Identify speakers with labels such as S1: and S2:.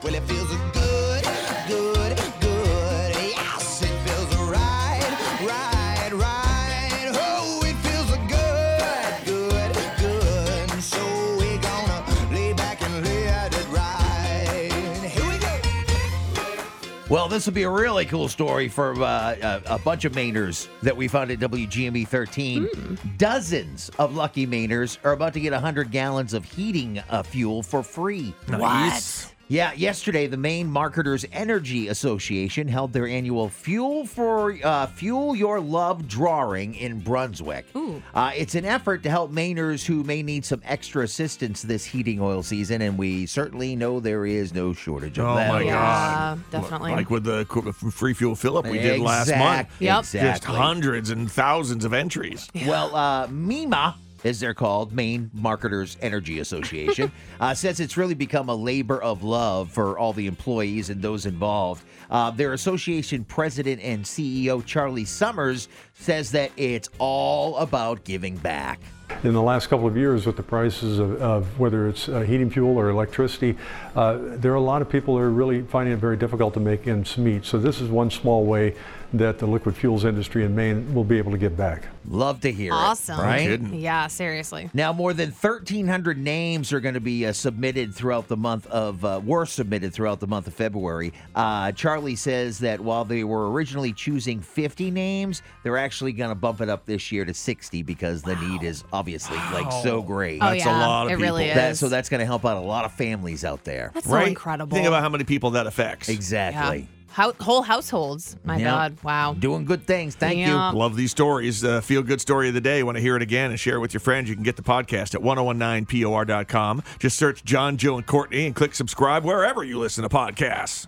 S1: Well, it feels good, good, good. Yes, it feels right, right, right. Oh, it feels good, good, good. So we're gonna lay back and let it ride. Here we go.
S2: Well, this would be a really cool story for uh, a, a bunch of Mainers that we found at WGME 13. E
S3: Hmm.
S2: Dozens of lucky Mainers are about to get 100 gallons of heating uh, fuel for free.
S4: What?
S2: Yeah, yesterday the Maine Marketers Energy Association held their annual Fuel for uh, Fuel Your Love drawing in Brunswick.
S4: Ooh.
S2: Uh, it's an effort to help Mainers who may need some extra assistance this heating oil season, and we certainly know there is no shortage of
S3: Oh
S2: them.
S3: my
S4: Yeah,
S3: god!
S4: definitely.
S3: Like with the co- free fuel fill up we did last month.
S2: Exact-
S4: Yep.
S2: Exactly.
S3: Just hundreds and thousands of entries.
S2: Well, uh, MEMA, as they're called, Maine Marketers Energy Association, uh, says it's really become a labor of love for all the employees and those involved. Uh, their association president and CEO, Charlie Summers, says that it's all about giving back.
S5: in the last couple of years with the prices of, of whether it's uh, heating fuel or electricity, uh, there are a lot of people who are really finding it very difficult to make ends meet. So this is one small way that the liquid fuels industry in Maine will be able to give back.
S2: Love to hear
S4: Awesome.
S2: it. Right?
S3: kidding.
S4: Yeah, seriously.
S2: Now, more than 1,300 names are going to be uh, submitted throughout the month of, uh, were submitted throughout the month of February. Uh, Charlie says that while they were originally choosing 50 names, they're actually going to bump it up this year to 60 because the need is obviously like so great.
S4: Oh,
S3: That's a
S4: yeah.
S3: lot of
S4: it really
S3: people.
S2: That-
S4: is.
S2: so that's going to help out a lot of families out there.
S4: That's
S3: right?
S4: so incredible.
S3: Think about how many people that affects.
S2: Exactly.
S4: Yeah. How, whole households. My
S2: Yeah.
S4: God. Wow.
S2: Doing good things. Thank
S4: Yeah.
S2: you.
S3: Love these stories. Uh, feel good story of the day. Want to hear it again and share it with your friends? You can get the podcast at 1019por.com. Just search John, Joe, and Courtney and click subscribe wherever you listen to podcasts.